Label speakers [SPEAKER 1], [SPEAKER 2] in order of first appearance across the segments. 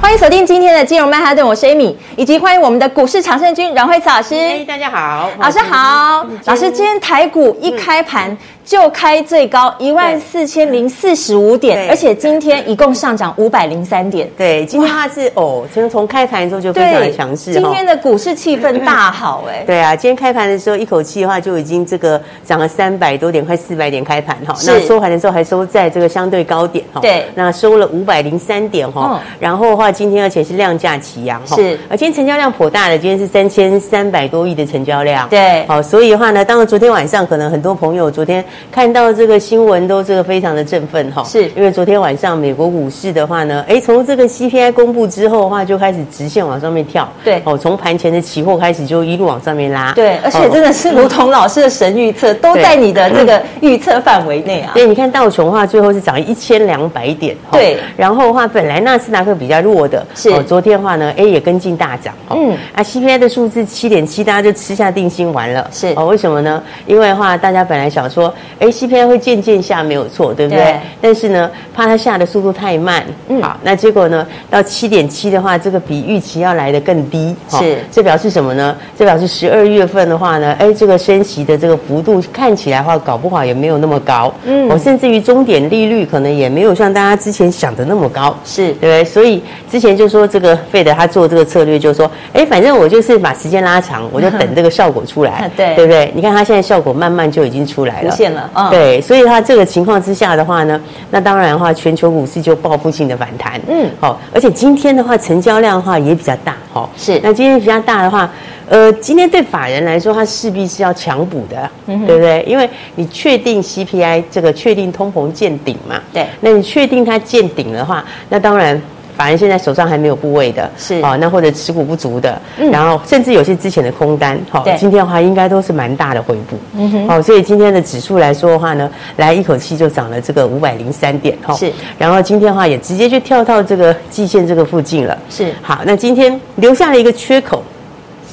[SPEAKER 1] 欢迎锁定今天的金融曼哈顿，我是 Amy，以及欢迎我们的股市常胜军阮慧慈老师。
[SPEAKER 2] 哎，大家好，
[SPEAKER 1] 老师好，嗯老师，今天台股一开盘就开最高一万四千零四十五点，
[SPEAKER 2] 对
[SPEAKER 1] 而且今天一共上涨五百零三点。
[SPEAKER 2] 对，今天它是哦，从从开盘之后就非常的强势哦
[SPEAKER 1] 今天的股市气氛大好哎、
[SPEAKER 2] 对啊，今天开盘的时候一口气的话就已经这个涨了三百多点，快四百点开盘哈。
[SPEAKER 1] 是
[SPEAKER 2] 那收盘的时候还收在这个相对高点哈。
[SPEAKER 1] 对
[SPEAKER 2] 那收了五百零三点哈
[SPEAKER 1] 嗯。
[SPEAKER 2] 然后的话，今天而且是量价齐扬哈。
[SPEAKER 1] 是
[SPEAKER 2] 而今天成交量颇大的，今天是三千三百多亿的成交量。
[SPEAKER 1] 对
[SPEAKER 2] 好，所以的话呢，当然昨天晚上可能很多朋友昨天看到这个新闻都这个非常的振奋哦哈。
[SPEAKER 1] 是
[SPEAKER 2] 因为昨天晚上美国股市的话呢，哎，从这个 CPI 公布之后的话，就开始直线往上面跳。
[SPEAKER 1] 对
[SPEAKER 2] 哦，从盘前的期货开始就一路往上面拉。哦
[SPEAKER 1] 对，而且真
[SPEAKER 2] 的。
[SPEAKER 1] 的是如同老师的神预测，都在你的这个预测范围内啊。
[SPEAKER 2] 对，你看道琼的话，最后是涨一千两百点。哦
[SPEAKER 1] 对
[SPEAKER 2] 然后的话，本来纳斯达克比较弱的，
[SPEAKER 1] 是
[SPEAKER 2] 昨天的话呢，哎，也跟进大涨。
[SPEAKER 1] 嗯
[SPEAKER 2] 嗯，啊，CPI 的数字七点七，大家就吃下定心丸了。
[SPEAKER 1] 是
[SPEAKER 2] 哦，为什么呢？因为的话，大家本来想说，哎，CPI 会渐渐下，没有错，对不对？
[SPEAKER 1] 对
[SPEAKER 2] 但是呢，怕它下的速度太慢。
[SPEAKER 1] 嗯
[SPEAKER 2] 嗯，好，那结果呢，到七点七的话，这个比预期要来的更低。哦
[SPEAKER 1] 是
[SPEAKER 2] 这表示什么呢？这表示十二月份的话呢，哎，这个升息的这个幅度看起来的话，搞不好也没有那么高。
[SPEAKER 1] 嗯
[SPEAKER 2] 嗯，哦，甚至于终点利率可能也没有像大家之前想的那么高。
[SPEAKER 1] 是
[SPEAKER 2] 对不对？所以之前就说这个费德他做这个策略，就说，哎，反正我就是把时间拉长，我就等这个效果出来，
[SPEAKER 1] 对
[SPEAKER 2] 对不对？你看他现在效果慢慢就已经出来了，
[SPEAKER 1] 出现了嗯
[SPEAKER 2] 对，所以他这个情况之下的话呢，那当然的话，全球股市就报复性的反弹，
[SPEAKER 1] 嗯
[SPEAKER 2] 好、而且今天的话，成交量的话也比较大，哈、哦，
[SPEAKER 1] 是
[SPEAKER 2] 那今天比较大的话。呃，今天对法人来说，他势必是要强补的，啊
[SPEAKER 1] 嗯
[SPEAKER 2] 对不对？因为你确定 CPI 这个确定通膨见顶嘛，
[SPEAKER 1] 对
[SPEAKER 2] 那你确定它见顶的话，那当然。法人现在手上还没有部位的，
[SPEAKER 1] 是
[SPEAKER 2] 哦，那或者持股不足的，
[SPEAKER 1] 嗯
[SPEAKER 2] 然后甚至有些之前的空单，好、
[SPEAKER 1] 对
[SPEAKER 2] 今天的话应该都是蛮大的回补，嗯哼，好、所以今天的指数来说的话呢，来一口气就涨了这个五百零三点，哦哈、
[SPEAKER 1] 是，
[SPEAKER 2] 然后今天的话也直接就跳到这个季线这个附近了，
[SPEAKER 1] 是
[SPEAKER 2] 好，那今天留下了一个缺口，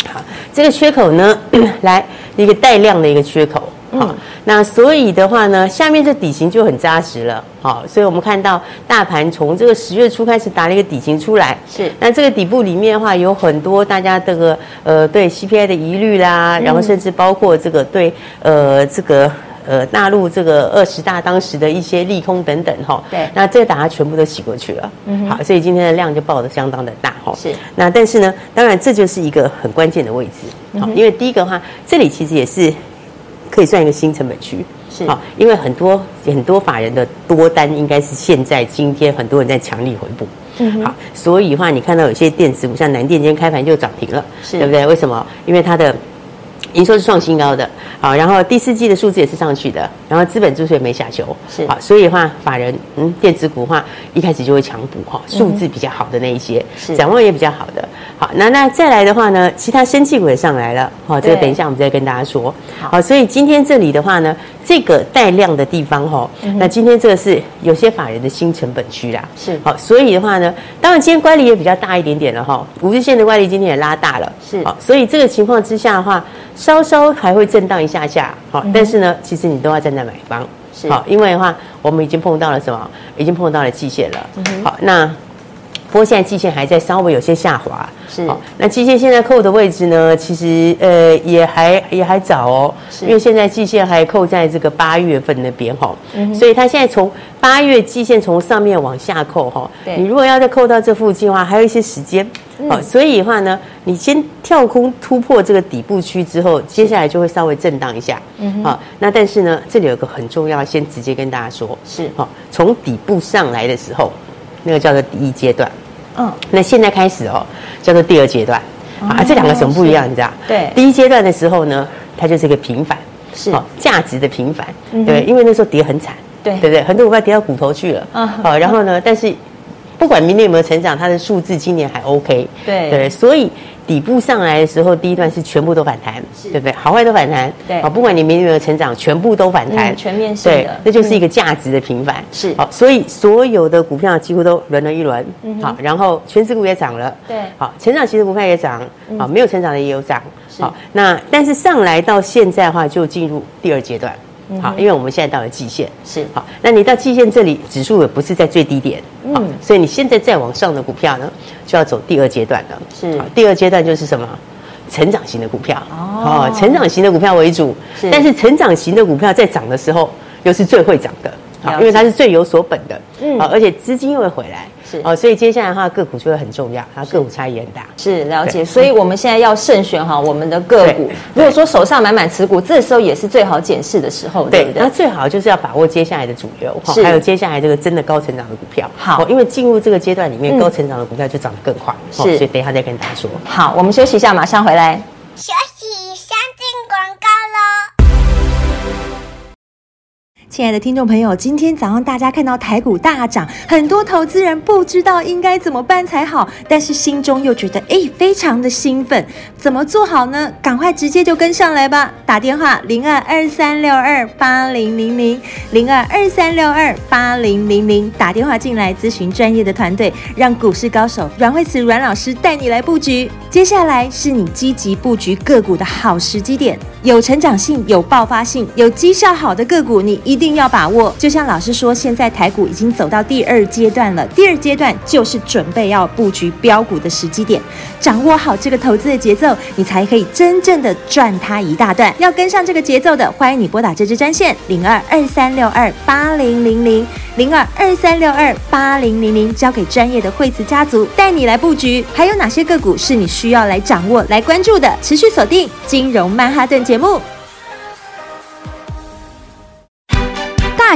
[SPEAKER 2] 好，这个缺口呢， 来一个带量的一个缺口。
[SPEAKER 1] 嗯
[SPEAKER 2] 好，那所以的话呢，下面这底型就很扎实了。好，所以我们看到大盘从这个十月初开始打了一个底型出来。
[SPEAKER 1] 是
[SPEAKER 2] 那这个底部里面的话，有很多大家这个呃对 CPI 的疑虑啦，
[SPEAKER 1] 嗯
[SPEAKER 2] 然后甚至包括这个对呃这个。呃，纳入这个二十大当时的一些利空等等哈，
[SPEAKER 1] 对
[SPEAKER 2] 那这个打它全部都洗过去了，嗯，好，所以今天的量就爆得相当的大哈，
[SPEAKER 1] 是
[SPEAKER 2] 那但是呢，当然这就是一个很关键的位
[SPEAKER 1] 嗯
[SPEAKER 2] 置，好、因为第一个的话，这里其实也是可以算一个新成本区。
[SPEAKER 1] 是
[SPEAKER 2] 好，因为很多很多法人的多单应该是现在今天很多人在强力回补，
[SPEAKER 1] 嗯
[SPEAKER 2] 好，所以的话你看到有些电子股像南电今天开盘就涨停了，
[SPEAKER 1] 是
[SPEAKER 2] 对不对？为什么？因为它的营收是创新高的，好，然后第四季的数字也是上去的，然后资本注册也没下修，
[SPEAKER 1] 是
[SPEAKER 2] 好，所以的话，法人嗯，电子股的话一开始就会强补哈，数字比较好的那一些，
[SPEAKER 1] 嗯是
[SPEAKER 2] 展望也比较好的，好，那那再来的话呢，其他生技股也上来了，好，这个
[SPEAKER 1] 对
[SPEAKER 2] 等一下我们再跟大家说，
[SPEAKER 1] 好
[SPEAKER 2] 好，所以今天这里的话呢，这个带量的地方哈，
[SPEAKER 1] 嗯
[SPEAKER 2] 那今天这个是有些法人的新成本区啦，
[SPEAKER 1] 是
[SPEAKER 2] 好，所以的话呢，当然今天乖离也比较大一点点了哈，五日线的乖离今天也拉大了，
[SPEAKER 1] 是
[SPEAKER 2] 好，所以这个情况之下的话，稍稍还会震荡一下下，好、但是呢，其实你都要站在买方，
[SPEAKER 1] 嗯是
[SPEAKER 2] 好，因为的话，我们已经碰到了什么？已经碰到了季线了，
[SPEAKER 1] 嗯
[SPEAKER 2] 好，那。不过现在季线还在稍微有些下滑，
[SPEAKER 1] 是
[SPEAKER 2] 好那季线现在扣的位置呢，其实呃也还也还早哦，
[SPEAKER 1] 是
[SPEAKER 2] 因为现在季线还扣在这个八月份那边哈、
[SPEAKER 1] 嗯
[SPEAKER 2] 所以它现在从八月季线从上面往下扣哈、
[SPEAKER 1] 对嗯
[SPEAKER 2] 你如果要再扣到这附近的话，还有一些时间。好、所以的话呢，你先跳空突破这个底部区之后，接下来就会稍微震荡一下。嗯，好、那但是呢，这里有个很重要，先直接跟大家说，
[SPEAKER 1] 是
[SPEAKER 2] 好、从底部上来的时候，那个叫做第一阶段。
[SPEAKER 1] 嗯，
[SPEAKER 2] 那现在开始哦，叫做第二阶段。啊，这两个什么不一样？你知道？
[SPEAKER 1] 哦对
[SPEAKER 2] 第一阶段的时候呢，它就是一个平反，
[SPEAKER 1] 是嗯
[SPEAKER 2] 哦价值的平反，对，因为那时候跌很惨，
[SPEAKER 1] 对
[SPEAKER 2] 对不对？很多股票跌到骨头去了，哦
[SPEAKER 1] 嗯
[SPEAKER 2] 好，然后呢，但是不管明年有没有成长，它的数字今年还 OK。
[SPEAKER 1] 对
[SPEAKER 2] 对，所以底部上来的时候，第一段是全部都反弹，对不对？好坏都反弹。哦
[SPEAKER 1] 对
[SPEAKER 2] 好，不管你明年有没有成长，全部都反弹，
[SPEAKER 1] 嗯全面性的
[SPEAKER 2] 对那就是一个价值的平反。
[SPEAKER 1] 是嗯
[SPEAKER 2] 好，所以所有的股票几乎都轮了一轮。好，然后全指股也涨了。
[SPEAKER 1] 对嗯
[SPEAKER 2] 好，成长型的股票也涨，好，没有成长的也有涨。
[SPEAKER 1] 是
[SPEAKER 2] 好，那但是上来到现在的话，就进入第二阶段。
[SPEAKER 1] 嗯
[SPEAKER 2] 好，因为我们现在到了季线。
[SPEAKER 1] 是
[SPEAKER 2] 好，那你到季线这里，指数也不是在最低点，嗯
[SPEAKER 1] 嗯，
[SPEAKER 2] 所以你现在再往上的股票呢，就要走第二阶段了。
[SPEAKER 1] 是
[SPEAKER 2] 好第二阶段就是什么？成长型的股票
[SPEAKER 1] 哦
[SPEAKER 2] 成长型的股票为主，
[SPEAKER 1] 是
[SPEAKER 2] 但是成长型的股票在涨的时候，又是最会涨的，
[SPEAKER 1] 了
[SPEAKER 2] 好，
[SPEAKER 1] 解
[SPEAKER 2] 因为它是最有所本的，
[SPEAKER 1] 嗯
[SPEAKER 2] 嗯，而且资金又会回来，
[SPEAKER 1] 是
[SPEAKER 2] 哦，所以接下来的话，个股就会很重要，它个股差异很大，
[SPEAKER 1] 是了解，
[SPEAKER 2] 对
[SPEAKER 1] 所以我们现在要慎选好我们的个股
[SPEAKER 2] 对。
[SPEAKER 1] 如果说手上满满持股，这时候也是最好检视的时候，对不
[SPEAKER 2] 那
[SPEAKER 1] 对？
[SPEAKER 2] 最好就是要把握接下来的主流，哈
[SPEAKER 1] 是
[SPEAKER 2] 还有接下来这个真的高成长的股票。
[SPEAKER 1] 好
[SPEAKER 2] 哦因为进入这个阶段里面，
[SPEAKER 1] 嗯
[SPEAKER 2] 高成长的股票就涨得更快，哦所
[SPEAKER 1] 是
[SPEAKER 2] 以等一下再跟大家说。
[SPEAKER 1] 好，我们休息一下，马上回来。
[SPEAKER 3] 学习相进广告喽。
[SPEAKER 4] 亲爱的听众朋友，今天早上大家看到台股大涨，很多投资人不知道应该怎么办才好，但是心中又觉得哎，非常的兴奋，怎么做好呢？赶快直接就跟上来吧！打电话零二二三六二八零零零零二二三六二八零零零，打电话进来咨询专业的团队，让股市高手阮慧慈阮老师带你来布局。接下来是你积极布局个股的好时机点，有成长性、有爆发性、有绩效好的个股，你一定要把握。就像老师说，现在台股已经走到第二阶段了，第二阶段就是准备要布局标股的时机点，掌握好这个投资的节奏，你才可以真正的赚它一大段。要跟上这个节奏的，欢迎你拨打这支专线零二二三六二八零零零零二二三六二八零零零，交给专业的惠慈家族带你来布局。还有哪些个股是你需要来掌握、来关注的？持续锁定《金融曼哈顿》节目。
[SPEAKER 5] 大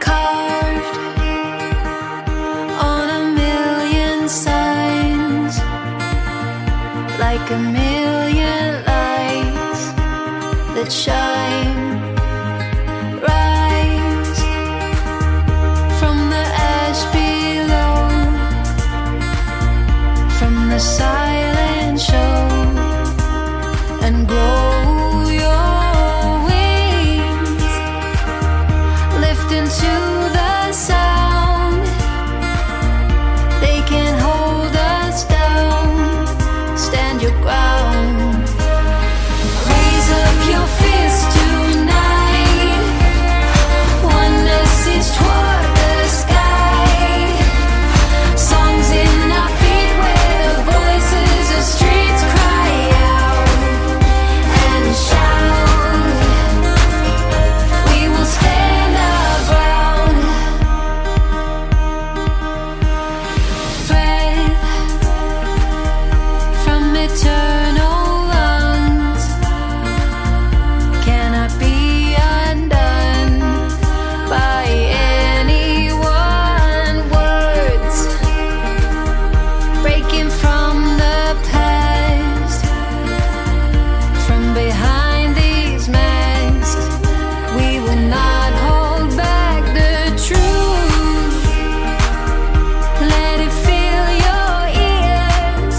[SPEAKER 6] carved on a million signs, like a million lights that shine. Rise from the ash below, from the silent show, and grow your wings lift into the sound. They can hold us down. Stand your ground. Raise up your fist tonight. Wonder sees toward the sky. Songs in our feet where the voices of streets cry out and shout. We will stand our ground. Breath from eternal lungs cannot be undone by anyone. Words breaking from the past, from behind these masks. We will not hold back the truth. Let it fill your ears.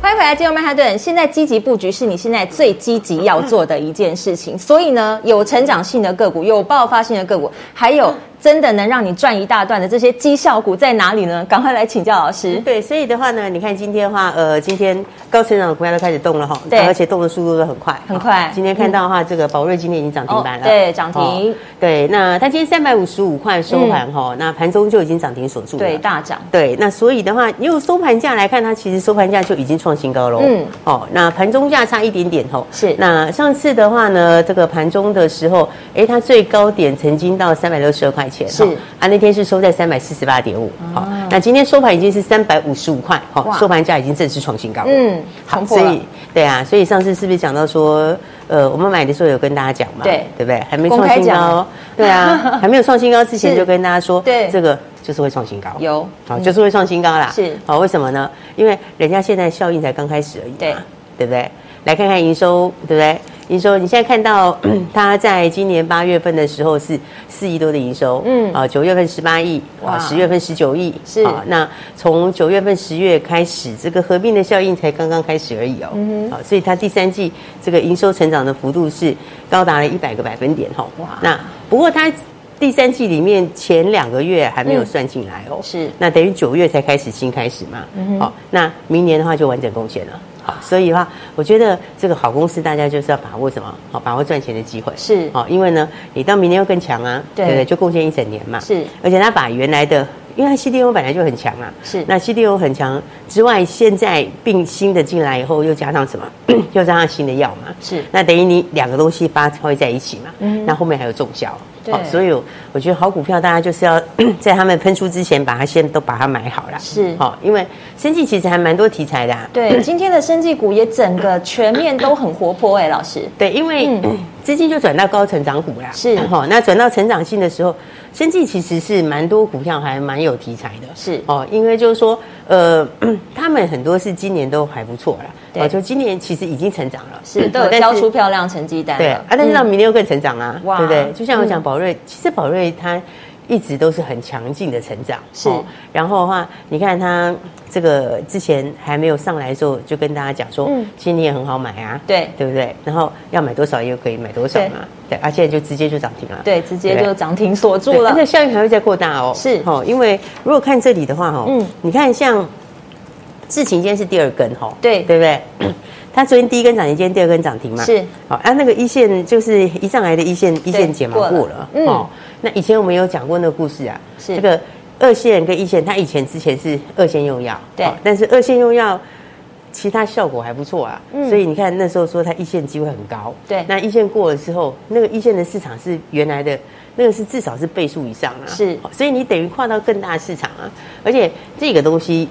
[SPEAKER 1] 欢迎回来，金融曼哈顿。现在积极布局是你现在最积极要做的一件事情。嗯所以呢，有成长性的个股，有爆发性的个股，还有真的能让你赚一大段的这些绩效股在哪里呢？赶快来请教老师。
[SPEAKER 2] 对，所以的话呢，你看今天的话，呃，今天高成长的股票都开始动了哈，
[SPEAKER 1] 对
[SPEAKER 2] 而且动的速度都很快，
[SPEAKER 1] 很快
[SPEAKER 2] 哦今天看到的话，这个宝瑞今天已经涨停板了，
[SPEAKER 1] 哦对涨停
[SPEAKER 2] 哦对，那它今天三百五十五块收盘哈，那盘中就已经涨停锁住了，
[SPEAKER 1] 对，大涨。
[SPEAKER 2] 对，那所以的话，用收盘价来看，它其实收盘价就已经创新高喽。
[SPEAKER 1] 嗯
[SPEAKER 2] 嗯，哦，那盘中价差一点点哦。
[SPEAKER 1] 是
[SPEAKER 2] 那上次的话呢，这个盘中的时候，哎，它最高点曾经到三百六十二块钱。
[SPEAKER 1] 是啊
[SPEAKER 2] 哦啊，那天是收在三百四十八点五。好，那今天收盘已经是三百五十五块。好
[SPEAKER 1] 哇，
[SPEAKER 2] 收盘价已经正式创新高了。
[SPEAKER 1] 嗯
[SPEAKER 2] 嗯，
[SPEAKER 1] 突
[SPEAKER 2] 好，
[SPEAKER 1] 破
[SPEAKER 2] 所
[SPEAKER 1] 了
[SPEAKER 2] 以对啊，所以上次是不是讲到说，呃，我们买的时候有跟大家讲嘛？
[SPEAKER 1] 对
[SPEAKER 2] 对不对？还没
[SPEAKER 1] 公
[SPEAKER 2] 创
[SPEAKER 1] 开
[SPEAKER 2] 新
[SPEAKER 1] 讲
[SPEAKER 2] 高。对 啊，还没有创新高之前
[SPEAKER 1] 是
[SPEAKER 2] 就跟大家说，
[SPEAKER 1] 对
[SPEAKER 2] 这个就是会创新高。
[SPEAKER 1] 有
[SPEAKER 2] 好，
[SPEAKER 1] 嗯
[SPEAKER 2] 就是会创新高啦。
[SPEAKER 1] 是
[SPEAKER 2] 好，为什么呢？因为人家现在效应才刚开始而已嘛，
[SPEAKER 1] 对
[SPEAKER 2] 对不对？来看看营收，对不对？营收，你现在看到 它在今年八月份的时候是四亿多的营收，
[SPEAKER 1] 嗯
[SPEAKER 2] 嗯，啊，九月份十八亿，
[SPEAKER 1] 哇
[SPEAKER 2] 啊，十月份十九亿，
[SPEAKER 1] 是
[SPEAKER 2] 啊那从九月份、十月开始，这个合并的效应才刚刚开始而已哦，嗯好，所以它第三季这个营收成长的幅度是高达了一百个百分点哦，
[SPEAKER 1] 哇
[SPEAKER 2] 哇，那不过它第三季里面前两个月还没有
[SPEAKER 1] 嗯
[SPEAKER 2] 算进来哦，
[SPEAKER 1] 是嗯
[SPEAKER 2] 那等于九月才开始新开始嘛，好、那明年的话就完整贡献了。好，所以的话，我觉得这个好公司大家就是要把握什么？好，把握赚钱的机会
[SPEAKER 1] 是
[SPEAKER 2] 好，因为呢，你到明年又更强啊，
[SPEAKER 1] 对
[SPEAKER 2] 不对？就贡献一整年嘛，
[SPEAKER 1] 是
[SPEAKER 2] 而且他把原来的，因为它 CDO 本来就很强啊，
[SPEAKER 1] 是
[SPEAKER 2] 那 CDO 很强之外，现在并新的进来以后，又加上什么？ 又加上新的药嘛，
[SPEAKER 1] 是嗯
[SPEAKER 2] 那等于你两个东西发挥在一起嘛，那后面还有重效。
[SPEAKER 1] 对
[SPEAKER 2] 好，所以我我觉得好股票大家就是要 在他们喷出之前，把它先都把它买好了。
[SPEAKER 1] 是
[SPEAKER 2] 好，因为生计其实还蛮多题材的、啊。
[SPEAKER 1] 对，今天的生技股也整个全面都很活泼哎、老师。
[SPEAKER 2] 对，因为
[SPEAKER 1] 嗯
[SPEAKER 2] 资金就转到高成长股啦。
[SPEAKER 1] 是
[SPEAKER 2] 哈、那转到成长性的时候，生技其实是蛮多股票还蛮有题材的。
[SPEAKER 1] 是
[SPEAKER 2] 哦，因为就是说，呃， 他们很多是今年都还不错啦。
[SPEAKER 1] 对
[SPEAKER 2] 哦就今年其实已经成长了，
[SPEAKER 1] 嗯是都
[SPEAKER 2] 哦
[SPEAKER 1] 有
[SPEAKER 2] 但
[SPEAKER 1] 交出漂亮成绩单了嗯
[SPEAKER 2] 对啊，但是到明年又更成长啊，
[SPEAKER 1] 哇
[SPEAKER 2] 对不对？就像我讲
[SPEAKER 1] 嗯
[SPEAKER 2] 宝瑞，其实宝瑞它一直都是很强劲的成长，哦
[SPEAKER 1] 是
[SPEAKER 2] 然后的话，你看它这个之前还没有上来的时候，就跟大家讲说，
[SPEAKER 1] 嗯
[SPEAKER 2] 其实你也很好买啊，
[SPEAKER 1] 对
[SPEAKER 2] 对不对？然后要买多少也可以买多少嘛，对，而、啊、现在就直接就涨停了，
[SPEAKER 1] 对，直接
[SPEAKER 2] 对
[SPEAKER 1] 就涨停锁住
[SPEAKER 2] 对
[SPEAKER 1] 了
[SPEAKER 2] 而。且效应还会再扩大哦。
[SPEAKER 1] 是
[SPEAKER 2] 哦，因为如果看这里的话，哦，
[SPEAKER 1] 嗯
[SPEAKER 2] 嗯，你看像智勤今天是第二根，哦，
[SPEAKER 1] 对
[SPEAKER 2] 对不对？ 它昨天第一根涨停，今天第二根涨停嘛，
[SPEAKER 1] 是。
[SPEAKER 2] 好、啊，那个一线就是一上来的一线一线解码
[SPEAKER 1] 过
[SPEAKER 2] 过
[SPEAKER 1] 了
[SPEAKER 2] 了，
[SPEAKER 1] 嗯
[SPEAKER 2] 哦，那以前我们有讲过那个故事啊，
[SPEAKER 1] 是
[SPEAKER 2] 这个二线跟一线，它以前之前是二线用药，哦
[SPEAKER 1] 对
[SPEAKER 2] 但是二线用药。其他效果还不错啊，
[SPEAKER 1] 嗯
[SPEAKER 2] 所以你看那时候说它一线机会很高，
[SPEAKER 1] 对
[SPEAKER 2] 那一线过了之后，那个一线的市场是原来的那个是至少是倍数以上啊，
[SPEAKER 1] 是
[SPEAKER 2] 好所以你等于跨到更大的市场啊，而且这个东西。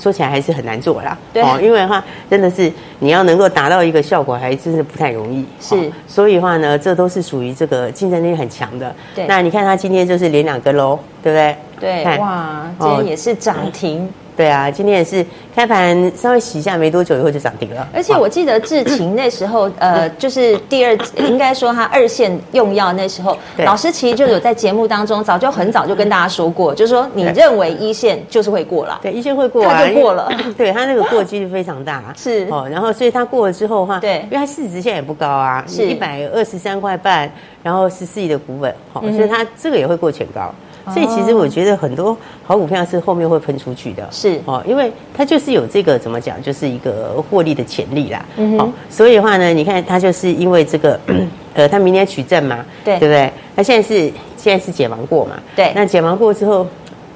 [SPEAKER 2] 说起来还是很难做啦，哦
[SPEAKER 1] 对
[SPEAKER 2] 因为的话真的是你要能够达到一个效果，还真是不太容易。哦
[SPEAKER 1] 是
[SPEAKER 2] 所以的话呢，这都是属于这个竞争力很强的。
[SPEAKER 1] 对
[SPEAKER 2] 那你看它今天就是连两根喽，对不对？
[SPEAKER 1] 对，
[SPEAKER 2] 看哦嗯
[SPEAKER 1] 哇，今天也是涨停，
[SPEAKER 2] 对啊，今天也是开盘稍微洗一下，没多久以后就涨停了。哦
[SPEAKER 1] 而且我记得志 勤那时候，呃，就是第二，应该说他二线用药那时候，
[SPEAKER 2] 对
[SPEAKER 1] 老师其实就有在节目当中早就很早就跟大家说过，就是说你认为一线就是会过了，
[SPEAKER 2] 对，一线会过、啊，
[SPEAKER 1] 它就
[SPEAKER 2] 因为
[SPEAKER 1] 过了
[SPEAKER 2] 对，它那个过几率非常大、
[SPEAKER 1] 是
[SPEAKER 2] 哦，然后所以它过了之后的话，
[SPEAKER 1] 对
[SPEAKER 2] 因为它市值现在也不高啊，
[SPEAKER 1] 是
[SPEAKER 2] 一百二十三块半，然后十四亿的股本，好、
[SPEAKER 1] 嗯哼哦
[SPEAKER 2] 所以它这个也会过前高。所以其实我觉得很多好股票是后面会喷出去的，
[SPEAKER 1] 是
[SPEAKER 2] 哦，因为它就是有这个怎么讲，就是一个获利的潜力啦。
[SPEAKER 1] 嗯哼
[SPEAKER 2] 哦，所以的话呢，你看它就是因为这个， 呃，它明年取证嘛，
[SPEAKER 1] 对
[SPEAKER 2] 对不对？它现在是现在是解盲过嘛，
[SPEAKER 1] 对
[SPEAKER 2] 那解盲过之后，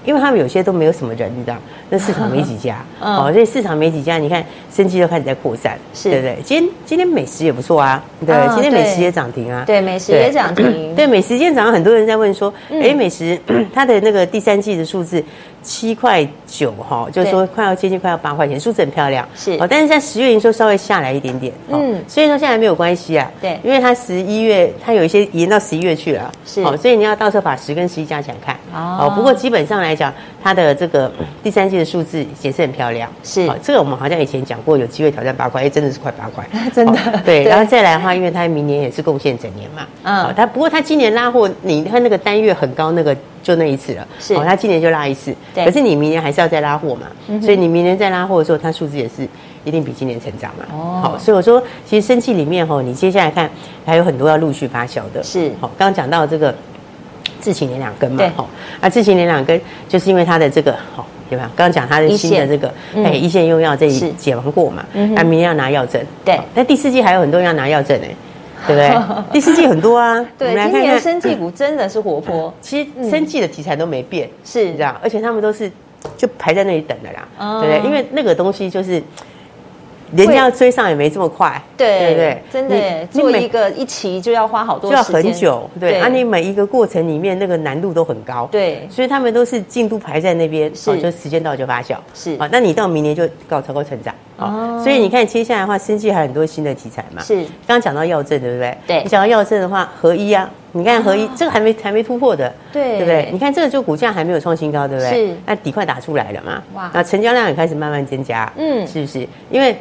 [SPEAKER 2] 因为他们有些都没有什么人，你知道，那市场没几家，
[SPEAKER 1] 嗯
[SPEAKER 2] 哦，所以市场没几家，你看生机都开始在扩散，
[SPEAKER 1] 是
[SPEAKER 2] 对不对？今天今天美食也不错啊，对不对，
[SPEAKER 1] 啊
[SPEAKER 2] 今天美食
[SPEAKER 1] 对
[SPEAKER 2] 也涨停啊，
[SPEAKER 1] 对，美食也涨 停，
[SPEAKER 2] 对，美食今天早上很多人在问说，
[SPEAKER 1] 嗯
[SPEAKER 2] 哎、美食 它的那个第三季的数字七块九哈，就是说快要接近快要八块钱，数字很漂亮。
[SPEAKER 1] 是
[SPEAKER 2] 哦，但是在十月营收稍微下来一点点，哦、
[SPEAKER 1] 嗯
[SPEAKER 2] 嗯，所以说现在没有关系啊，
[SPEAKER 1] 对
[SPEAKER 2] 因为它十一月它有一些延到十一月去了，哦
[SPEAKER 1] 是
[SPEAKER 2] 所以你要到时候把十跟十一加起来看。
[SPEAKER 1] 哦
[SPEAKER 2] 不过基本上来讲，它的这个嗯第三季的数字也是很漂亮，哦
[SPEAKER 1] 是
[SPEAKER 2] 这个我们好像以前讲过，有机会挑战八块，哎、真的是快八块，
[SPEAKER 1] 真的
[SPEAKER 2] 哦
[SPEAKER 1] 对
[SPEAKER 2] 对，然后再来的话，因为它明年也是贡献整年嘛，
[SPEAKER 1] 嗯
[SPEAKER 2] 嗯，它不过它今年拉货，你看那个单月很高，那个就那一次了，
[SPEAKER 1] 是
[SPEAKER 2] 它今年就拉一次，
[SPEAKER 1] 对嗯
[SPEAKER 2] 可是你明年还是要再拉货嘛，所以你明年再拉货的时候，它数字也是一定比今年成长嘛，
[SPEAKER 1] 哦
[SPEAKER 2] 哦，好，所以我说，其实生气里面吼，你接下来看还有很多要陆续发酵的，
[SPEAKER 1] 是
[SPEAKER 2] 好，刚刚讲到这个智勤连两根嘛
[SPEAKER 1] 对，
[SPEAKER 2] 好，啊，智勤连两根就是因为它的这个好。有没有？刚刚讲它的
[SPEAKER 1] 一
[SPEAKER 2] 新的
[SPEAKER 1] 线
[SPEAKER 2] 这个，
[SPEAKER 1] 嗯
[SPEAKER 2] 哎，一线用药这
[SPEAKER 1] 是
[SPEAKER 2] 一解完过嘛，
[SPEAKER 1] 嗯哼
[SPEAKER 2] 那明年要拿药证，
[SPEAKER 1] 对
[SPEAKER 2] 好那第四季还有很多人要拿药证哎，对不 对？第四季很多啊，
[SPEAKER 1] 对，
[SPEAKER 2] 我们来
[SPEAKER 1] 今
[SPEAKER 2] 看
[SPEAKER 1] 年
[SPEAKER 2] 看
[SPEAKER 1] 生技股真的是活泼，
[SPEAKER 2] 其实生计的题材都没变，
[SPEAKER 1] 是
[SPEAKER 2] 你知道，而且他们都是就排在那里等的啦，
[SPEAKER 1] 哦
[SPEAKER 2] 对不对？因为那个东西就是。人家要追上也没这么快，
[SPEAKER 1] 对
[SPEAKER 2] 不 对？
[SPEAKER 1] 真的耶
[SPEAKER 2] 你
[SPEAKER 1] 做
[SPEAKER 2] 你每
[SPEAKER 1] 一个一期就要花好多
[SPEAKER 2] 就要
[SPEAKER 1] 时间，
[SPEAKER 2] 很久，对。啊，你每一个过程里面那个难度都很高，
[SPEAKER 1] 对
[SPEAKER 2] 所以他们都是进度排在那边，
[SPEAKER 1] 是
[SPEAKER 2] 哦就时间到就发酵，
[SPEAKER 1] 是
[SPEAKER 2] 啊。那你到明年就搞超高成长，
[SPEAKER 1] 哦
[SPEAKER 2] 哦。所以你看接下来的话，生计还有很多新的题材嘛，
[SPEAKER 1] 是
[SPEAKER 2] 刚刚讲到药证，对不对？
[SPEAKER 1] 对
[SPEAKER 2] 你讲到药证的话，合一啊，你看合一这个还没还没突破的，
[SPEAKER 1] 对
[SPEAKER 2] 对不对？你看这个就股价还没有创新高，对不对？
[SPEAKER 1] 是
[SPEAKER 2] 那底快打出来了嘛，
[SPEAKER 1] 哇
[SPEAKER 2] 那成交量也开始慢慢增加，
[SPEAKER 1] 嗯
[SPEAKER 2] 是不是？因为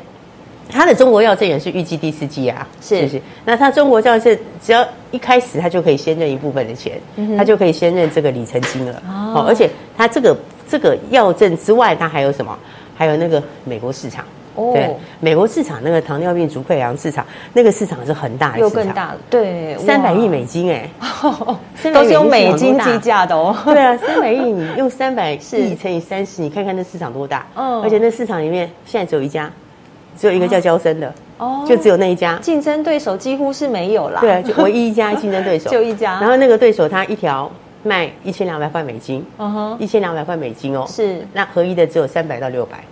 [SPEAKER 2] 它的中国药证也是预计第四季啊，
[SPEAKER 1] 是
[SPEAKER 2] 不是？那它中国药证只要一开始，它就可以先认一部分的钱，它就可以先认这个里程金额。
[SPEAKER 1] 嗯哦
[SPEAKER 2] 哦，而且它这个这个药证之外，它还有什么？还有那个美国市场。
[SPEAKER 1] 哦
[SPEAKER 2] 对，美国市场那个糖尿病足溃疡市场，那个市场是很大的市
[SPEAKER 1] 又
[SPEAKER 2] 场，
[SPEAKER 1] 更大了，对，
[SPEAKER 2] 三百 亿
[SPEAKER 1] 哇哦
[SPEAKER 2] 美金哎、300
[SPEAKER 1] 都是用
[SPEAKER 2] 亿
[SPEAKER 1] 美
[SPEAKER 2] 市场
[SPEAKER 1] 金啊
[SPEAKER 2] 多大
[SPEAKER 1] 计价的 哦。
[SPEAKER 2] 对啊，三百亿，你用三百
[SPEAKER 1] 是
[SPEAKER 2] 亿乘以三十，你看看那市场多大。
[SPEAKER 1] 嗯
[SPEAKER 2] 而且那市场里面现在只有一家，只有一个叫娇生的，
[SPEAKER 1] 哦
[SPEAKER 2] 就只有那一家。
[SPEAKER 1] 竞争对手几乎是没有啦。
[SPEAKER 2] 对啊，就唯一一家竞争对手，
[SPEAKER 1] 就一家
[SPEAKER 2] 然后那个对手他一条卖一千两百块美金，
[SPEAKER 1] 嗯哼，
[SPEAKER 2] 一千两百块美金哦。
[SPEAKER 1] 是哦
[SPEAKER 2] 那合一的只有三百到六百。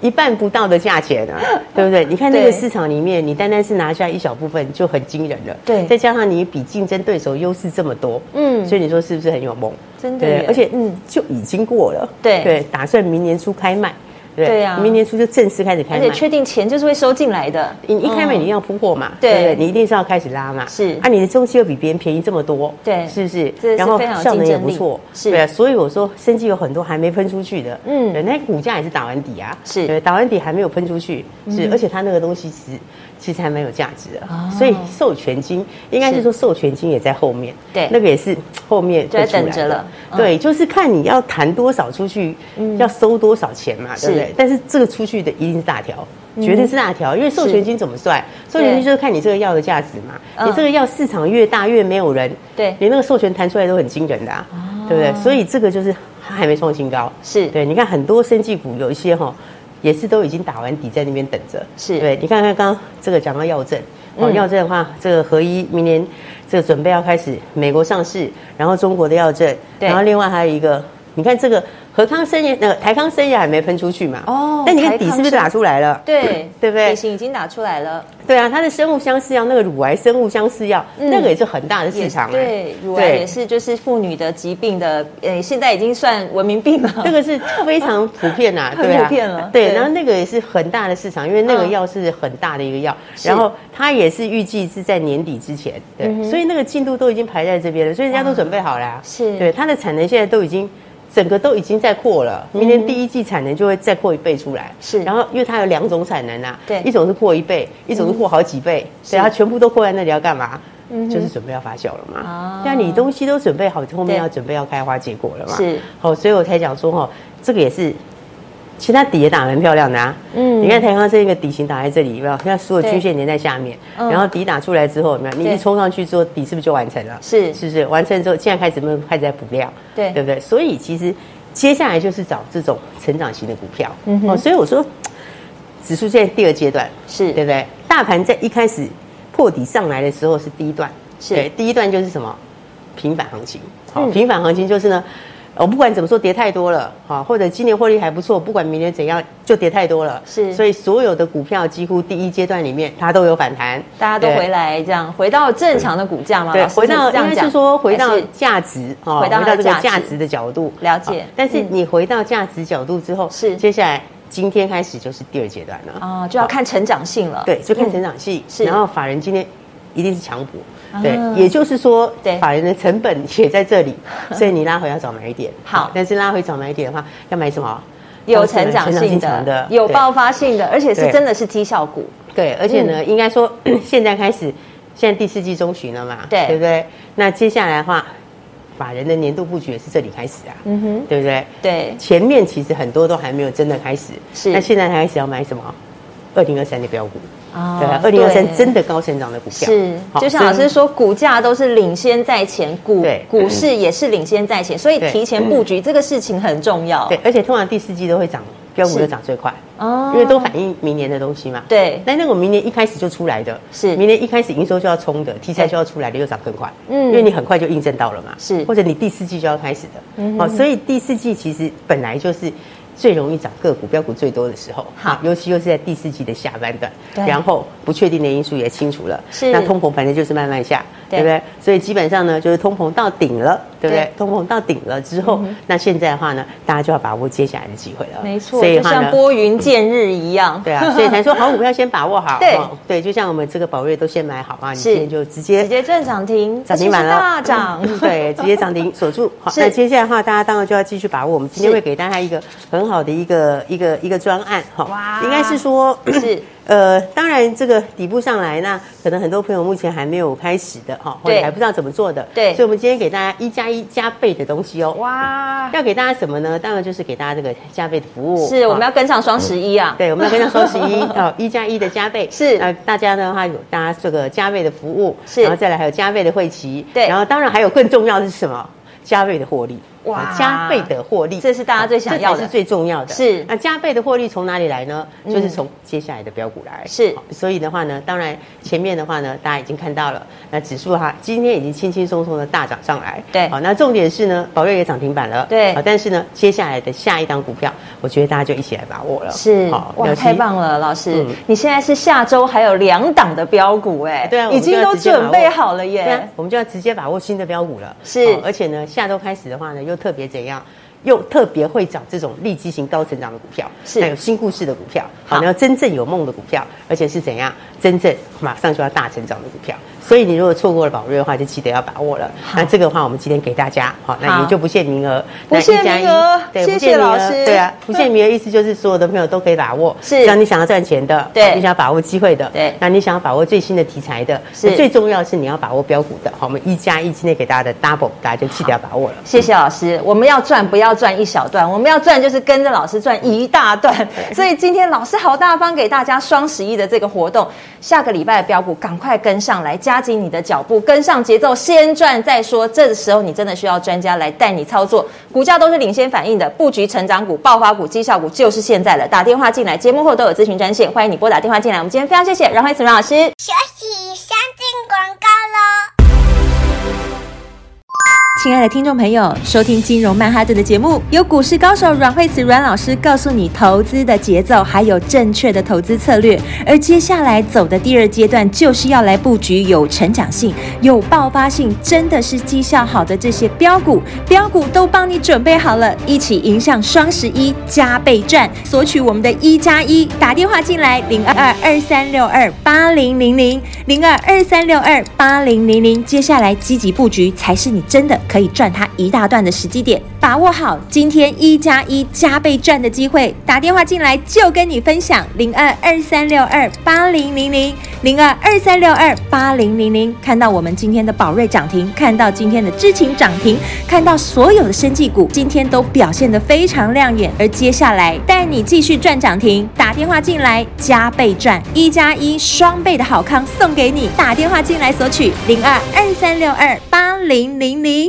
[SPEAKER 2] 一半不到的价钱 啊，对不对？你看那
[SPEAKER 1] 对
[SPEAKER 2] 个市场里面，你单单是拿下一小部分就很惊人了。
[SPEAKER 1] 对
[SPEAKER 2] 再加上你比竞争对手优势这么多，
[SPEAKER 1] 嗯
[SPEAKER 2] 嗯，所以你说是不是很有梦？
[SPEAKER 1] 真的
[SPEAKER 2] 对
[SPEAKER 1] 耶
[SPEAKER 2] 而且嗯，就已经过了。
[SPEAKER 1] 对
[SPEAKER 2] 对，打算明年初开卖。对不
[SPEAKER 1] 对啊
[SPEAKER 2] 明年初就正式开始开
[SPEAKER 1] 而
[SPEAKER 2] 卖。
[SPEAKER 1] 且确定钱就是会收进来的，嗯
[SPEAKER 2] 你一开门你一定要铺货嘛，
[SPEAKER 1] 对
[SPEAKER 2] 不对？你一定是要开始拉嘛，
[SPEAKER 1] 是
[SPEAKER 2] 啊，你的东西又比别人便宜这么多，
[SPEAKER 1] 对
[SPEAKER 2] 是不是
[SPEAKER 1] 这是？
[SPEAKER 2] 然后
[SPEAKER 1] 非常有
[SPEAKER 2] 效能
[SPEAKER 1] 竞
[SPEAKER 2] 也
[SPEAKER 1] 争
[SPEAKER 2] 不
[SPEAKER 1] 力
[SPEAKER 2] 错，
[SPEAKER 1] 是
[SPEAKER 2] 对啊。所以我说，甚至有很多还没喷出去的，
[SPEAKER 1] 嗯
[SPEAKER 2] 嗯，对，那股价也是打完底啊，
[SPEAKER 1] 是嗯
[SPEAKER 2] 对，打完底还没有喷出去，是，而且它那个东西其实其实还蛮有价值
[SPEAKER 1] 哦
[SPEAKER 2] 的，所以授权金应该
[SPEAKER 1] 是
[SPEAKER 2] 是说授权金也在后面，
[SPEAKER 1] 对
[SPEAKER 2] 那个也是后面
[SPEAKER 1] 就在
[SPEAKER 2] 会出来
[SPEAKER 1] 等着了嗯
[SPEAKER 2] 对，就是看你要谈多少出去，要收多少钱嘛，对
[SPEAKER 1] 是
[SPEAKER 2] 不对？但是这个出去的一定是大条，
[SPEAKER 1] 嗯
[SPEAKER 2] 绝对是大条，因为授权金怎么算？授权金就是看你这个药的价值嘛，
[SPEAKER 1] 嗯
[SPEAKER 2] 你这个药市场越大越没有人，
[SPEAKER 1] 对
[SPEAKER 2] 你那个授权弹出来都很惊人的、啊，对不对？所以这个就是它还没创新高，
[SPEAKER 1] 是
[SPEAKER 2] 对。你看很多生技股有一些哈，也是都已经打完底在那边等着，
[SPEAKER 1] 是
[SPEAKER 2] 对。你看看刚刚这个讲到药证。哦，
[SPEAKER 1] 嗯
[SPEAKER 2] 药证的话，这个合一明年这个准备要开始美国上市，然后中国的药证，
[SPEAKER 1] 对
[SPEAKER 2] 然后另外还有一个，你看这个和康生也那个台康生也还没喷出去嘛，
[SPEAKER 1] 哦
[SPEAKER 2] 但你看底是不
[SPEAKER 1] 台康
[SPEAKER 2] 是
[SPEAKER 1] 生
[SPEAKER 2] 打出来了？
[SPEAKER 1] 对
[SPEAKER 2] 对不对
[SPEAKER 1] 底型已经打出来了，
[SPEAKER 2] 对啊，它的生物相似药，那个乳癌生物相似药，
[SPEAKER 1] 嗯
[SPEAKER 2] 那个也是很大的市场、啊。
[SPEAKER 1] 对，乳癌也。是就是妇女的疾病的，呃，现在已经算文明病了，
[SPEAKER 2] 那个是非常普遍啊，
[SPEAKER 1] 很
[SPEAKER 2] 对啊，
[SPEAKER 1] 普遍了
[SPEAKER 2] 对，
[SPEAKER 1] 对
[SPEAKER 2] 然后那个也是很大的市场，因为那个
[SPEAKER 1] 嗯
[SPEAKER 2] 药是很大的一个药，然后它也是预计是在年底之前，对，
[SPEAKER 1] 嗯
[SPEAKER 2] 所以那个进度都已经排在这边了，所以人家都准备好了、啊，
[SPEAKER 1] 是
[SPEAKER 2] 对，它的产能现在都已经整个都已经在扩了，明年第一季产能就会再扩一倍出来，
[SPEAKER 1] 嗯是
[SPEAKER 2] 然后因为它有两种产能啊，
[SPEAKER 1] 对嗯
[SPEAKER 2] 一种是扩一倍，一种是扩好几倍，所以它全部都扩在那里要干嘛？就是准备要发酵了
[SPEAKER 1] 嗯啊
[SPEAKER 2] 嘛，但你东西都准备好，后面
[SPEAKER 1] 对
[SPEAKER 2] 要准备要开花结果了嘛，
[SPEAKER 1] 是，
[SPEAKER 2] 好，所以我才讲说哈，这个也是其实它底也打得蛮漂亮的啊。
[SPEAKER 1] 嗯
[SPEAKER 2] 嗯，你看台康这一个底型打在这里，有没有？像所有
[SPEAKER 1] 对
[SPEAKER 2] 均线连在下面，
[SPEAKER 1] 嗯
[SPEAKER 2] 然后底打出来之后，有没有？你
[SPEAKER 1] 对
[SPEAKER 2] 一冲上去之后，底是不是就完成了？
[SPEAKER 1] 是
[SPEAKER 2] 是不是？完成之后，现在开始慢慢开始在补料，
[SPEAKER 1] 对
[SPEAKER 2] 对不对？所以其实接下来就是找这种成长型的股票。
[SPEAKER 1] 嗯哼
[SPEAKER 2] 哦，所以我说，指数现在第二阶段
[SPEAKER 1] 是
[SPEAKER 2] 对不对？大盘在一开始破底上来的时候是第一段，
[SPEAKER 1] 是
[SPEAKER 2] 对，第一段就是什么平板行情。好、
[SPEAKER 1] 嗯
[SPEAKER 2] 平板行情就是呢，我不管怎么说跌太多了，好，或者今年获利还不错，不管明年怎样就跌太多了，
[SPEAKER 1] 是
[SPEAKER 2] 所以所有的股票几乎第一阶段里面它都有反弹，
[SPEAKER 1] 大家都
[SPEAKER 2] 对
[SPEAKER 1] 回。来这样，回到正常的股价吗？
[SPEAKER 2] 对，
[SPEAKER 1] 老师
[SPEAKER 2] 回到
[SPEAKER 1] 是这样
[SPEAKER 2] 应该
[SPEAKER 1] 讲
[SPEAKER 2] 是说回到
[SPEAKER 1] 还是
[SPEAKER 2] 价值哦
[SPEAKER 1] 回到它的
[SPEAKER 2] 这个
[SPEAKER 1] 价值
[SPEAKER 2] 价值的角度
[SPEAKER 1] 了解
[SPEAKER 2] 好但是
[SPEAKER 1] 嗯
[SPEAKER 2] 你回到价值角度之后，
[SPEAKER 1] 是
[SPEAKER 2] 接下来今天开始就是第二阶段了
[SPEAKER 1] 啊，就要看成长性了。嗯
[SPEAKER 2] 对，就看成长性。
[SPEAKER 1] 是
[SPEAKER 2] 然后法人今天一定是强补，对
[SPEAKER 1] 啊，
[SPEAKER 2] 也就是说
[SPEAKER 1] 对，
[SPEAKER 2] 法人的成本也在 这里，所以你拉回要找买点。
[SPEAKER 1] 好
[SPEAKER 2] 但是拉回找买点的话，要买什么？
[SPEAKER 1] 有成长性
[SPEAKER 2] 强
[SPEAKER 1] 的，有
[SPEAKER 2] 对
[SPEAKER 1] 爆发性的，而且是
[SPEAKER 2] 对
[SPEAKER 1] 真的是绩效股。
[SPEAKER 2] 对，而且
[SPEAKER 1] 嗯
[SPEAKER 2] 呢，应该说 现在开始，现在第四季中旬了嘛，
[SPEAKER 1] 对
[SPEAKER 2] 对不对？那接下来的话，法人的年度布局也是这里开始啊，
[SPEAKER 1] 嗯哼，
[SPEAKER 2] 对不对？
[SPEAKER 1] 对，
[SPEAKER 2] 前面其实很多都还没有真的开始，
[SPEAKER 1] 是
[SPEAKER 2] 那现在开始要买什么？二零二三的标股，
[SPEAKER 1] 啊
[SPEAKER 2] 对啊，二零二三
[SPEAKER 1] 对
[SPEAKER 2] 真的高成长的股票，
[SPEAKER 1] 是，
[SPEAKER 2] 好
[SPEAKER 1] 就像老
[SPEAKER 2] 所以
[SPEAKER 1] 师说，股价都是领先在前，股
[SPEAKER 2] 对
[SPEAKER 1] 股市也是领先在前，所以
[SPEAKER 2] 对嗯
[SPEAKER 1] 提前布局这个事情很重要。
[SPEAKER 2] 对，，而且通常第四季都会涨，标股
[SPEAKER 1] 是
[SPEAKER 2] 都涨最快，
[SPEAKER 1] 哦
[SPEAKER 2] 因为都反映明年的东西嘛。
[SPEAKER 1] 对
[SPEAKER 2] 那那种明年一开始就出来的，
[SPEAKER 1] 是
[SPEAKER 2] 明年一开始营收就要冲的，题材就要出来的，又涨更快，
[SPEAKER 1] 嗯
[SPEAKER 2] 嗯，因为你很快就印证到了嘛，
[SPEAKER 1] 是嗯
[SPEAKER 2] 或者你第四季就要开始的，好，所以第四季其实本来就是。最容易涨个股、标股最多的时候，
[SPEAKER 1] 好
[SPEAKER 2] 尤其又是在第四季的下半段
[SPEAKER 1] 对，
[SPEAKER 2] 然后不确定的因素也清楚了，
[SPEAKER 1] 是
[SPEAKER 2] 那通膨反正就是慢慢下，
[SPEAKER 1] 对
[SPEAKER 2] 对不对？所以基本上呢，就是通膨到顶了，对不
[SPEAKER 1] 对？
[SPEAKER 2] 对
[SPEAKER 1] 嗯
[SPEAKER 2] 通膨到顶了之后，那现在的话呢，大家就要把握接下来的机会了。
[SPEAKER 1] 没错，
[SPEAKER 2] 所以
[SPEAKER 1] 就
[SPEAKER 2] 的话
[SPEAKER 1] 像
[SPEAKER 2] 呢，
[SPEAKER 1] 拨云见日一样。
[SPEAKER 2] 对啊，所以才说好股票先把握好。
[SPEAKER 1] 对
[SPEAKER 2] 哦对，就像我们这个宝瑞都先买好啊，你
[SPEAKER 1] 是
[SPEAKER 2] 今天就直接
[SPEAKER 1] 直接正涨停，
[SPEAKER 2] 涨停板了，
[SPEAKER 1] 而且是大涨。
[SPEAKER 2] 嗯对，直接涨停 锁住。好，
[SPEAKER 1] 是
[SPEAKER 2] 那接下来的话，大家当然就要继续把握。我们今天
[SPEAKER 1] 是
[SPEAKER 2] 会给大家一个很好的一个一个一个专案，哈，
[SPEAKER 1] 哇
[SPEAKER 2] 应该是说
[SPEAKER 1] 是
[SPEAKER 2] 呃，当然这个底部上来，那可能很多朋友目前还没有开始的哈，或
[SPEAKER 1] 对
[SPEAKER 2] 者还不知道怎么做的，
[SPEAKER 1] 对
[SPEAKER 2] 所以我们今天给大家一加一加倍的东西哦，
[SPEAKER 1] 哇，
[SPEAKER 2] 要给大家什么呢？当然就是给大家这个加倍的服 务，
[SPEAKER 1] 是我们
[SPEAKER 2] 啊
[SPEAKER 1] 要跟上双十一啊。
[SPEAKER 2] 对，我们要跟上双十 一哦，一加一的加倍
[SPEAKER 1] 是
[SPEAKER 2] 呃，大家呢话有大家这个加倍的服务，
[SPEAKER 1] 是
[SPEAKER 2] 然后再来还有加倍的会期，
[SPEAKER 1] 对
[SPEAKER 2] 然后当然还有更重要的是什么？加倍的获利
[SPEAKER 1] 哇
[SPEAKER 2] 哇，加倍的获利，哦
[SPEAKER 1] 这是大家最想要的
[SPEAKER 2] 这才是最重要的。
[SPEAKER 1] 是嗯
[SPEAKER 2] 那加倍的获利从哪里来呢？就是从接下来的标股来。
[SPEAKER 1] 是
[SPEAKER 2] 好所以的话呢，当然前面的话呢，大家已经看到了，那指数哈今天已经轻轻松松的大涨上来。
[SPEAKER 1] 对
[SPEAKER 2] 好，那重点是呢，宝瑞也涨停板了。哦
[SPEAKER 1] 对
[SPEAKER 2] 好但是呢，接下来的下一档股票，我觉得大家就一起来把握了。
[SPEAKER 1] 是
[SPEAKER 2] 好，
[SPEAKER 1] 哇，
[SPEAKER 2] 了
[SPEAKER 1] 太
[SPEAKER 2] 其
[SPEAKER 1] 棒了，老师
[SPEAKER 2] 嗯！
[SPEAKER 1] 你现在是下周还有两档的标股哎，
[SPEAKER 2] 对啊，我
[SPEAKER 1] 已
[SPEAKER 2] 们就
[SPEAKER 1] 经
[SPEAKER 2] 要
[SPEAKER 1] 都
[SPEAKER 2] 直接把握
[SPEAKER 1] 准备好了
[SPEAKER 2] 对啊
[SPEAKER 1] 耶，，
[SPEAKER 2] 我们就要直接把握新的标股了。
[SPEAKER 1] 是
[SPEAKER 2] 哦而且呢，下周开始的话呢，又特别怎样？又特别会涨这种利基型高成长的股票，
[SPEAKER 1] 是
[SPEAKER 2] 还有新故事的股票，
[SPEAKER 1] 好
[SPEAKER 2] 然后真正有梦的股票，而且是怎样真正马上就要大成长的股票。所以你如果错过了宝瑞的话，就记得要把握了。那这个的话，我们今天给大家，好，那
[SPEAKER 1] 好
[SPEAKER 2] 也就不限名额，
[SPEAKER 1] 不
[SPEAKER 2] 那一
[SPEAKER 1] 限
[SPEAKER 2] 加
[SPEAKER 1] 名
[SPEAKER 2] 一
[SPEAKER 1] 额
[SPEAKER 2] 对，
[SPEAKER 1] 谢
[SPEAKER 2] 不
[SPEAKER 1] 谢
[SPEAKER 2] 限名
[SPEAKER 1] 老
[SPEAKER 2] 额
[SPEAKER 1] 师
[SPEAKER 2] 对啊，不限名额意思就是所有的朋友都可以把握，
[SPEAKER 1] 是
[SPEAKER 2] 只要你想要赚钱的，
[SPEAKER 1] 对
[SPEAKER 2] 好你想要把握机会的，
[SPEAKER 1] 对
[SPEAKER 2] 那你想要把握最新的题材的，
[SPEAKER 1] 是
[SPEAKER 2] 那最重要的是你要把握标股的。好，我们一加一今天给大家的 double，大家就记得要把握了。
[SPEAKER 1] 谢谢老师，我们要赚不要赚一小段，我们要赚就是跟着老师赚一大段。所以今天老师好大方给大家双十一的这个活动，下个礼拜的标股赶快跟上来，加紧你的脚步，跟上节奏，先赚再说。这时候你真的需要专家来带你操作，股价都是领先反应的，布局成长股、爆发股、绩效股就是现在了。打电话进来，节目后都有咨询专线，欢迎你拨打电话进来。我们今天非常谢谢阮慧慈阮老师。
[SPEAKER 3] 休息一下，进广告喽。
[SPEAKER 4] 亲爱的听众朋友，收听《金融曼哈顿》的节目，由股市高手阮慧慈阮老师告诉你投资的节奏，还有正确的投资策略。而接下来走的第二阶段，就是要来布局有成长性、有爆发性，真的是绩效好的这些标股，标股都帮你准备好了，一起迎向双十一加倍赚，索取我们的一加一。打电话进来，零二二三六二八零零零零二二三六二八零零零。接下来积极布局才是你真的可以赚它一大段的时机点，把握好今天一加一加倍赚的机会。打电话进来就跟你分享零二二三六二八零零零零二二三六二八零零零。看到我们今天的宝瑞涨停，看到今天的智勤涨停，看到所有的生技股今天都表现得非常亮眼，而接下来带你继续赚涨停，打电话进来加倍赚，一加一双倍的好康送给你，打电话进来索取零二二三六二八零零零。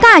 [SPEAKER 5] 大